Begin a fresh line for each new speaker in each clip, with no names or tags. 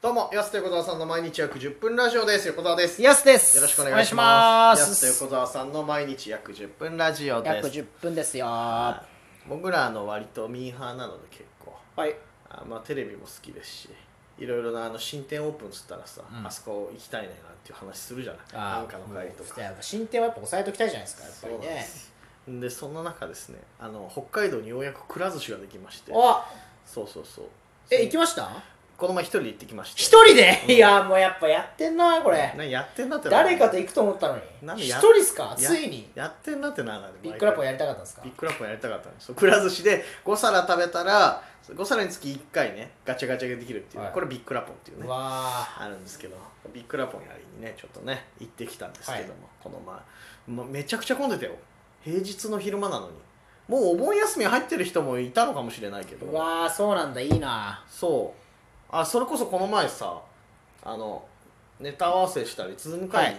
どうも、安手小沢さんの毎日約10分ラジオです。横澤です。よ
やすです
ろしくお願いします。
お願いします
安手小沢さんの毎日約10分ラジオで
約
す。
10分ですよは
僕らあの割とミーハーなので結構、
い
あまあテレビも好きですし、いろいろなあの新店オープンつったらさ、あそこ行きたいねなんていう話するじゃない。なんかの会とか。
やっぱ進展はやっぱ抑えときたいじゃないですかやっぱり
そうなんで
ね
すでそんな中ですねあの北海道にようやくくら寿司ができまして
あ
そうそうそう
え行きました
この前一人で行ってきまして
一人で、いやもうやっぱやってんなこれ
何やってんなってな
誰かと行くと思ったの
なん
に
で
一
や
人っすか
や
ついに
やってんなってなら
ビッグラップを
や
やりたかったんですか
ビッグラップをやりたかったんですよくら寿司で5皿食べたら5皿につき1回ねガチャガチャができるっていう、
はい
これビッグラポンっていうね
うわ
あるんですけどビッグラポンやりにねちょっとね行ってきたんですけども、
はい
この前、ま、めちゃくちゃ混んでたよ平日の昼間なのにもうお盆休み入ってる人もいたのかもしれないけど
ーうわーそうなんだいいな
そうあそれこそこの前さあのネタ合わせしたりズーム会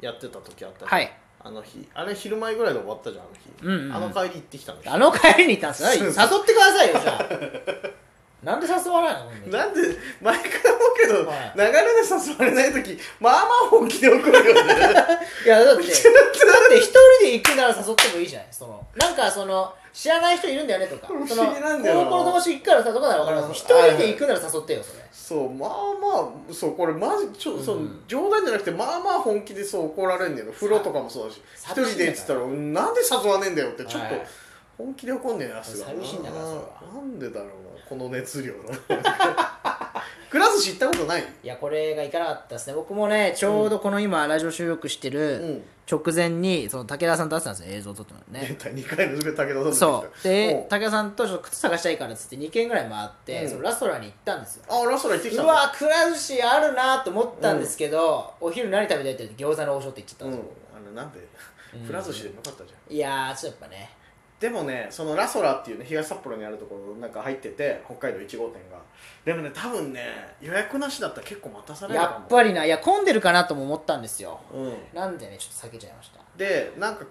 議やってた時あったじゃん
はい
あの日あれ昼前ぐらいで終わったじゃんあの日、
うんうん
あの帰り行ってきたんでしょ
あの帰りに行ったん ですよ
そう
誘ってくださいよじゃ あなんで誘わないのほんで
なんで毎回思うけど、
はい
流れで誘われない時まあまあ本気で怒るよね
い やだってだって一人で行くなら誘ってもいいじゃないそのなんかその知らない人いるんだよねとか
不思議
その
なんだよな
高校の友達行くからさとかなら分かります一
うん
人で行くなら誘ってよそれ
そうまあまあそうこれマジちょ、そううん冗談じゃなくてまあまあ本気でそう怒られんだよ風呂とかもそうだし一
さ
人でっつったらうんなんで誘わねえんだよってちょっと
はい
本気で怒んねえなすが
寂しいんだからそれは
なんでだろうなこの熱量の くら寿司行ったことない
いやこれが行かなかったですね僕もねちょうどこの今ラジオ収録して
うん
る直前にその武田さんと会ってたんですよ映像を撮ってもらうね
2回の武田さんと
そうで
で
武田さんとちょっと靴探したいからっつって2軒ぐらい回って、
うん
そのラストランに行ったんですよ
あラストラン行ってき
う
たんだ
わくら寿司あるなと思ったんですけど、お昼何食べたいって言って餃子の王将って言っちゃった
うんん
ですよ、
あのなんでくら寿司でもよかったじゃん
いやーちょっとやっぱね
でもねそのラソラっていうね東札幌にあるところなんか入ってて北海道1号店がでもね多分ね予約なしだったら結構待たされるかも
やっぱりないや混んでるかなとも思ったんですよ
うん
なんでねちょっと避けちゃいました
でなんか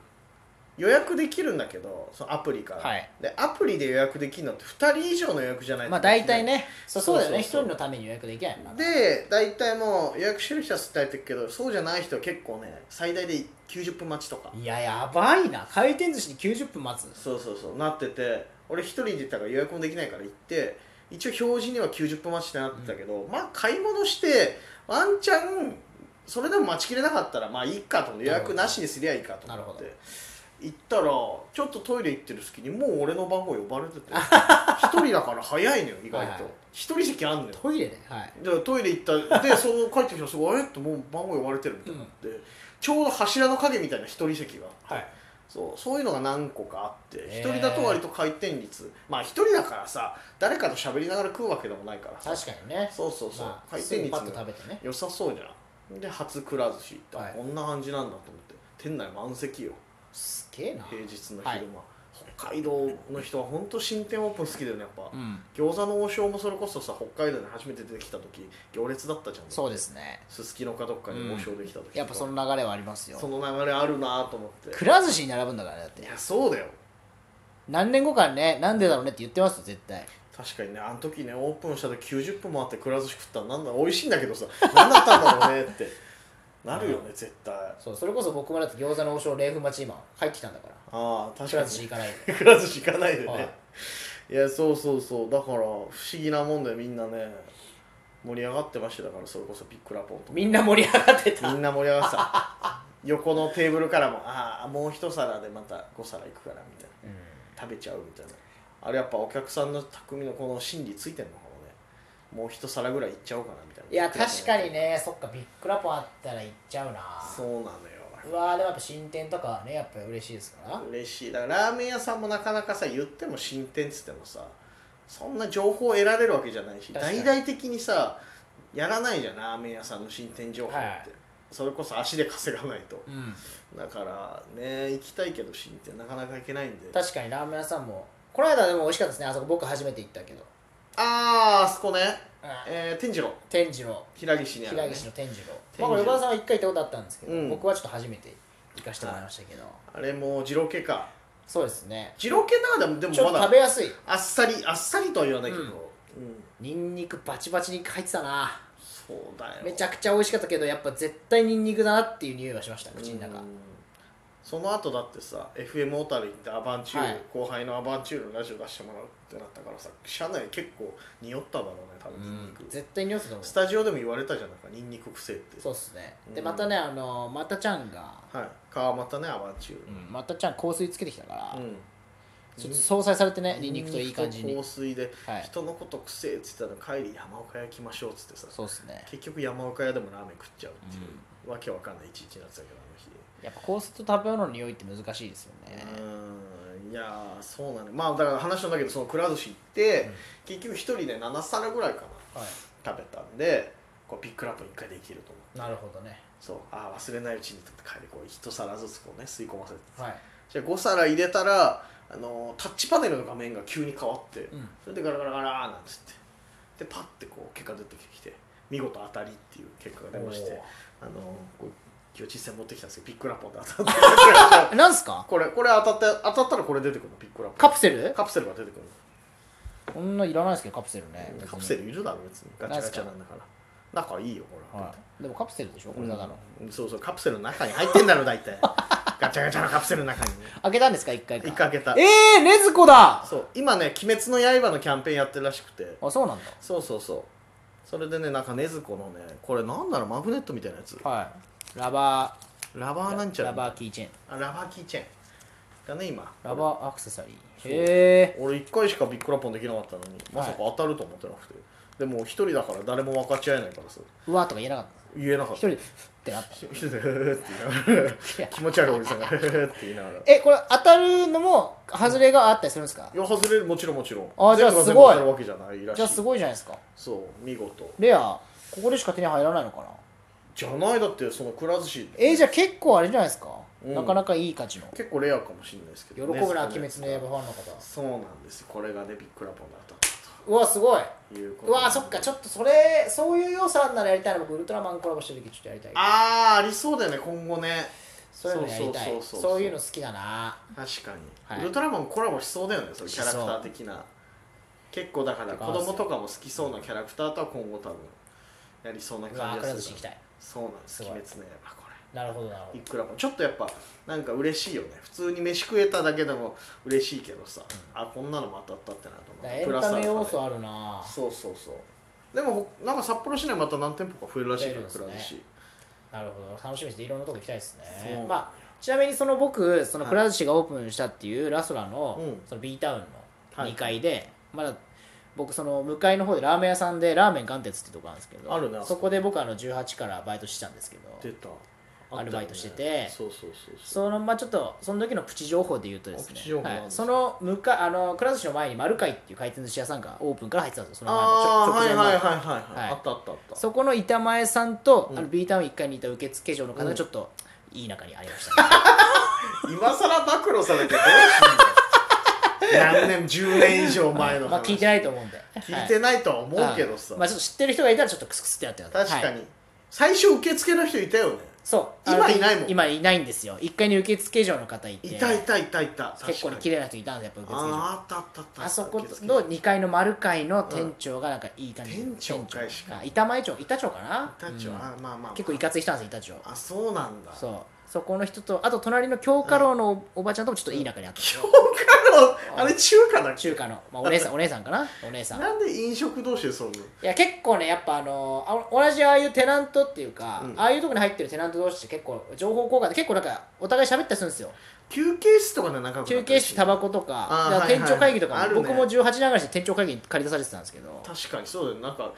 予約できるんだけどそのアプリから、
はい
でアプリで予約できるのって2人以上の予約じゃないと
まあ大体ねそうそうだよね一
そうそうそう
人のために予約できないもんな
で大体もう予約してる人は吸って入ってるけどそうじゃない人は結構ね最大で90分待ちとか
いややばいな回転寿司に90分待つ
そうそうそうなってて俺一人で行ったから予約もできないから行って一応表示には90分待ちってなってたけど、まあ買い物してワンチャンそれでも待ちきれなかったらまあいいかと思って予約なしにすりゃいいかと
なる
思
ほ
っ
ど
て行ったらちょっとトイレ行ってる隙にもう俺の番号呼ばれ てて一人だから早いのよ意外
はいはい
と一人席あんのよ
トイレではい
でトイレ行った でその帰ってきたらすごいえっともう番号呼ばれてるみたいになって、ちょうど柱の影みたいな一人席が
はい
そうそういうのが何個かあって一
へー
人だと割と回転率まあ一人だからさ誰かと喋りながら食うわけでもないからさ
確かにね
そうそうそう、
まあ
回
す
転
ぐ
率
パッと
が
食べてね
良さそうじゃんで初くら寿司行った、
はい
こんな感じなんだと思って店内満席よ
すげえな
平日の昼間、
はい
北海道の人は本当新店オープン好きだよねやっぱ、
うん
餃子の王将もそれこそさ北海道に初めて出てきた時行列だったじゃん
そうですね
すすきのかどっかに王将できた時とか、
やっぱその流れはあります
そ
よ
の流れあるなと思って
くら寿司に並ぶんだからねだっ
い
て
やそうだよ
何年後かにねなんでだろうねって言ってますよ絶対
確かにねあの時ねオープンした時90分もあってくら寿司食ったらなんだ美味しいんだけどさ何だったんだろうね ってなるよね絶対あ
そうそれこそ僕もだって餃子の王将冷風待ち今入ってきたんだから
あ
く
確からに
寿司行かないで
くら寿司行かないでね、
はいい、
やそうそうそうだから不思議なもんだよみんなね盛り上がってましただからそれこそビックラポンとか
みんな盛り上がってた
みんな盛り上がってた横のテーブルからもああもう一皿でまた5皿いくからみたいな食べちゃうみたいなあれやっぱお客さんの匠のこの心理ついてんのかもねもう一皿ぐらいいっちゃおうかなみたいない
いや確かにねそっかビッグラポンあったら行っちゃうな
そうなのよ
うわーでもやっぱ新店とかはねやっぱ嬉しいですから
嬉しいだからラーメン屋さんもなかなかさ言っても進展っつってもさそんな情報を得られるわけじゃないし
確か
大
に
々的にさやらないじゃんラーメン屋さんの進展情報って、
はい
それこそ足で稼がないと
うん
だからね行きたいけど進展なかなか行けないんで
確かにラーメン屋さんもこの間でも美味しかったですねあそこ僕初めて行ったけど、
あーあそこね、
うん、
えー、天次郎
天次郎
平岸にある、ね、
平岸の天次郎
次郎
まあこれ横田さんは一回行ったことあったんですけど、
うん
僕はちょっと初めて行かせてもらいましたけど、
あれもう二郎系か
そうですね
二郎系ならでもでも
ちょっ
ま
と
だ
食べやすい
あっさりあっさりとは言わないけど、
うん
うん
ニンニクバチバチに入ってたな
そうだよ
めちゃくちゃ美味しかったけどやっぱ絶対ニンニクだなっていう匂いはしました口の
う
中
んその後だってさ FM 小樽行ってアバンチュール、
はい
後輩のアバンチュールのラジオ出してもらうってなったからさ車内結構匂っただろうね多分ニンニク
絶対匂ってたと思
スタジオでも言われたじゃないかニンニクくせえって
うそうっすねで
うん
またねあのまたちゃんが、
はい川又ねアバンチュール
うん、またちゃん香水つけてきたから、
うん
ちょっと相殺されてねニンニクといい感じ
ニン
に
ニクと香水で、
はい
人のことくせえっつったら帰り山岡屋行きましょうっつってさ
そうっすね
結局山岡屋でもラーメン食っちゃうっていう、わけわかんない一日になってたけどあの日
やっぱ香水と食べ物の匂いって難しいですよね
うーんいやーそうなのまあだから話なんだけどそのくら寿司行って、結局一人で7皿ぐらいか
は
な食べたんでこうピックアップ一回できると思う
いなるほどね
そうああ忘れないうちにとって帰りこう一皿ずつこうね吸い込ませて、
はい
じゃあ5皿入れたらあのータッチパネルの画面が急に変わって、
うん
それでガラガラガラーなんつってでパッてこう結果出てきて見事当たりっていう結果が出ましてあのーこう今日実践持ってきたんですけどピックラポンで当たって
えなんすか
これこれ当たって当たったらこれ出てくるのピックラポン
カプセル
カプセルが出てくる
こんないらないですけどカプセルね
のカプセ
ル、
ルいるだろ別にガチャガチャなんだから仲いいよほら、
はい、でもカプセルでしょこれだから、
うんそうそうカプセルの中に入ってんだろ大 体ガチャガチャのカプセルの中にね
開けたんですか一回か
一回開けた
ええー、ねずこだ
そう今ね「鬼滅の刃」のキャンペーンやってるらしくて
あそうなんだ
そうそうそうそれでねなんか禰豆子のねこれなんだろうマグネットみたいなやつ
はいラバ
ラバ
ー
ーなんちゃら
ラバーキーチェーン
あラバーキーチェーンがね今
ラバーアクセサリー
そう
へえ
俺1回しかビックラポンできなかったのにまさか当たると思ってなくて、でも1人だから誰も分かち合えないからさ
うわーとか言えなかった
言えなかっ
一
た
人でふってなった
一人で「うー」って言いながら
いや
気持ち悪いおじさんが「 へへへ」って言いながら。い
えこれ当たるのも外れがあったりするんですか
や、外れる、もちろんもちろん。
あじゃ
全
あ
部が
すご
全部当
い
たるわけじゃないらしい。
じゃあすごいじゃないですか
そう、見事。
レアここでしか手に入らないのかな
じゃないだって、そのくら寿司。
えー、じゃあ結構あれじゃないですか、
うん
なかなかいい価値の
結構レアかもしれないですけ
喜
ど
ぶ
ね、
な
そ
鬼
れね
滅の刃ファンの方
そうなんですよ。これがね、ビックラポンだった
うわすごい
ということ
う
で。
わそっかちょっとそれそういう要素あんならやりたいな僕ウルトラマンコラボしてる時ちょっとやりたい
あー、ありそうだよね、今後ね。
そういうのやりたい
そうそうそうそう
そういうの好きだな
確かに、
はい
ウルトラマンコラボしそうだよね、その
し
キ
そ
ャ
う
ラクター的な。結構だから、子供とかも好きそうなキャラクターとは今後多分、やりそうな
うわ
感
く
じ
ら
が
寿
する
司行き
か
た
ら。
い
そうなんです、
すごい
鬼滅の刃、これ。
なるほどなるほ
い
ど
くらもちょっとやっぱなんか嬉しいよね普通に飯食えただけでも嬉しいけどさ、あこんなのも当たったってなると
だから
また
エ
プ
ン
ラス
タ
アルファで
メ要素あるな
そうそうそうでもほなんか札幌市内また何店舗か増えるらしいからく
増える
ら
んです
寿
ね
司
なるほど楽しみにしていろんなとこ行きたいです
そ
ね
う
まあちなみにその僕その
はい
くら寿司がオープンしたっていうラソラの,、
うん
その B タウンの
はい
2階で、まだ僕その向かいの方でラーメン屋さんでラーメン貫徹ってとこあるんですけど
あるねあそこ
そこで僕あの18からバイトしてたんですけど
出たあったよね
アルバイトしてて
そうそうそうそう
そのまあちょっとその時のプチ情報で言うとです
あ
ね
プチ情報
は
なん
い、
です
その向かあのくら寿司の前に丸海っていう回転寿司屋さんがオープンから入ってたんですよその前
ああ
の
はい
ちょ
はいはい
直前ま
は
で
い、はい、
は
あ
い
ったあったあった
そこの板前さんと、
うん
あの B タウン1階にいた受付嬢の方
う
が
ん
ちょっといい中にありました、ね
今さら暴露されてどうすんの何年10年以上前の話、
まあ聞いてないと思うんで
聞いてないとは思うけどさ、
はいまあちょっと知ってる人がいたらちょっとクスクスってなってます
確かに、
はい
最初受付の人いたよね
そう
今
あの
いないもん
今いないんですよ1階に受付嬢の方いて
いたいたいたいた
結構に綺
麗
麗な人いたんでやっぱ受付
あ
嬢
ーあったあったあった
あそこ
受付
の2階の丸階の店長がなんかいい感じ、
うん店長かいしかも
板前町板町かな
タッチ
う
は、
ん
あまあまあ
結構いかつい人なんですよ板町
あそうなんだ
そうそこの人とあと隣の京華楼のおおばちゃんともちょっといい中にあったんです
京
よ、
華楼あれ中華だっけ
中華の、まあ、お姉さ んお姉さんかなお姉さん
なんで飲食同士でそんない
や結構ねやっぱあのあ同じああいうテナントっていうか、
うん
ああいうとこに入ってるテナント同士って結構情報交換で結構なんかお互い喋ったりするんですよ
休憩室とかで仲良くなったり
休憩室タバコと
あ
か
ー
だから
はいはい
店長会議とかも、
あるね
僕も18ながらして店長会議に借り出されてたんですけど
確かにそうだよねなんか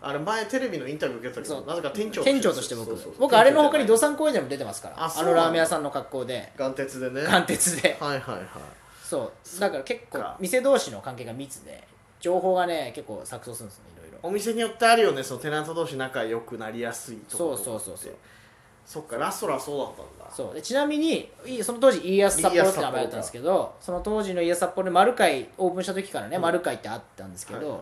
あれ前テレビのインタビュー受けたけ
そ
ど
う
なぜか店長
店長として僕
そうそうそう
僕あれの他に
店長
土
じゃ
産公園でも出てますから
あ
あ
そうな
の
んだ
ラーメン屋さんの格好で
ない眼鉄でね
貫徹で
はいはいはい
そうだから結構
そっか
店同士の関係が密で情報がね結構錯綜するんですねいろいろ
お店によってあるよねそのテナント同士仲良くなりやすいとこ
そ
ろ
うそうそうそう
そっかラストラそうだったんだ
そうでちなみにいその当時家康札幌って名前だったんですけどその当時の家康札幌で丸会オープンした時からね、
うん
丸会ってあったんですけど、
はいはい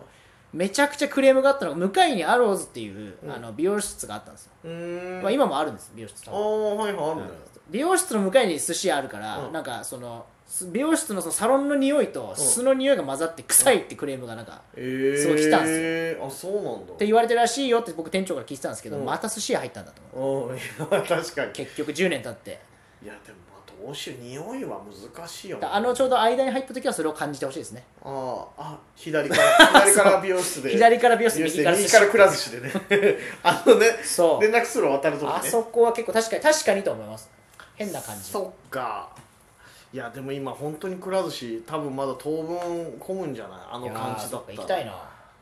めちゃくちゃクレームがあったのが向かいにアローズっていう、
うん
あの美容室があったんですよ、
うーん
まあ、今もあるんです美容室多分
ああはいはいあるね、
美容室の向かいに寿司屋あるから、
うん
なんかそのす美容室のそのサロンの匂いと酢の匂いが混ざって臭いってクレームがなんか
えー、
そう来たん
すあそうなんだ
って言われてるらしいよって僕店長から聞いてたんですけど、
うん
また寿司屋入ったんだと思う
うんいや確かに
結局10年経って
いやでもまあどうしよう匂いは難しいよね
だあのちょうど間に入った時はそれを感じてほしいですね
あああ左 から左から美容室で
左から美容室
美容室
右
で
から
右からくら寿司でね あのね
そう
連絡する渡るとこね
あそこは結構確かに確かにと思います変な感じ
そっかいやでも今本当にくら寿司多分まだ当分混むんじゃないあの
いやー
感じだ
そ
っ
か
た
行き
ら
たいな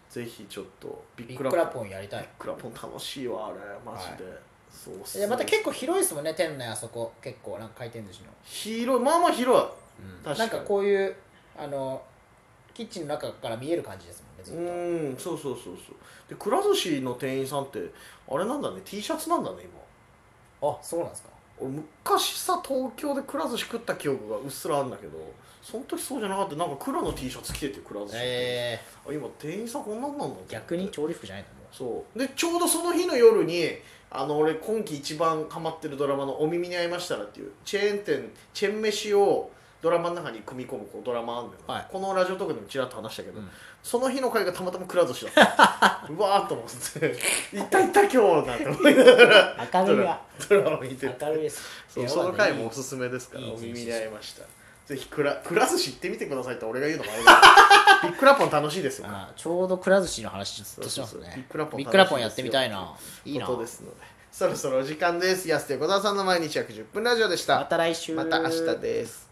ぜひちょっとビ
ビ
ッ
ッ
ク
グ
ラ
ラ
ポン
ポンやりたい
ビックラポン楽しいわあれマジで、そうっす
い
ね
やまた結構広いですもんね店内あそこ結構なんか回転寿司の、
広いまあまあ広い確か
なん
に
かこういうあのキッチンの中から見える感じですもんねずっ
う
と、
んそうそうそうそうでくら寿司の店員さんってあれなんだね T シャツなんだね今
あそうなんですか
俺昔さ東京でくら寿司食った記憶がうっすらあるんだけどその時そうじゃなかったなんか黒の T シャツ着ててくら寿司、
え
あ今店員さんこんなんなんだ
ー、逆に
ちょ
調理服じゃないのもう
そうでちょうどその日の夜にあの俺今季一番ハマってるドラマの「お耳に合いましたら」っていうチェーン店チェーン飯をドラマの中に組み込むこうドラマあるんだよね、
はい
このラジオトークでもちらっと話したけど、
うん
その日の回がたまたまくら寿司だったうわーっと思って「い たいた今日」なんて思いながら
明るい
ドラ
わ
ドラマ見てて
明るいです
そう
いや
その
まだね
回もおすすめですから
いい
お
いい
耳に合いましたぜひくらくら寿司行ってみてくださいって俺が言うのもあれだ けどビックラポン楽しいですよ
あちょうどくら寿司の話ずっとします
そ
ね
うそうそうビックラポン
ビックラポンやってみたいないいな
ことですのでそろそろお時間です安手小沢さんの毎日約10分ラジオでし
ま
た
た来週
また明日です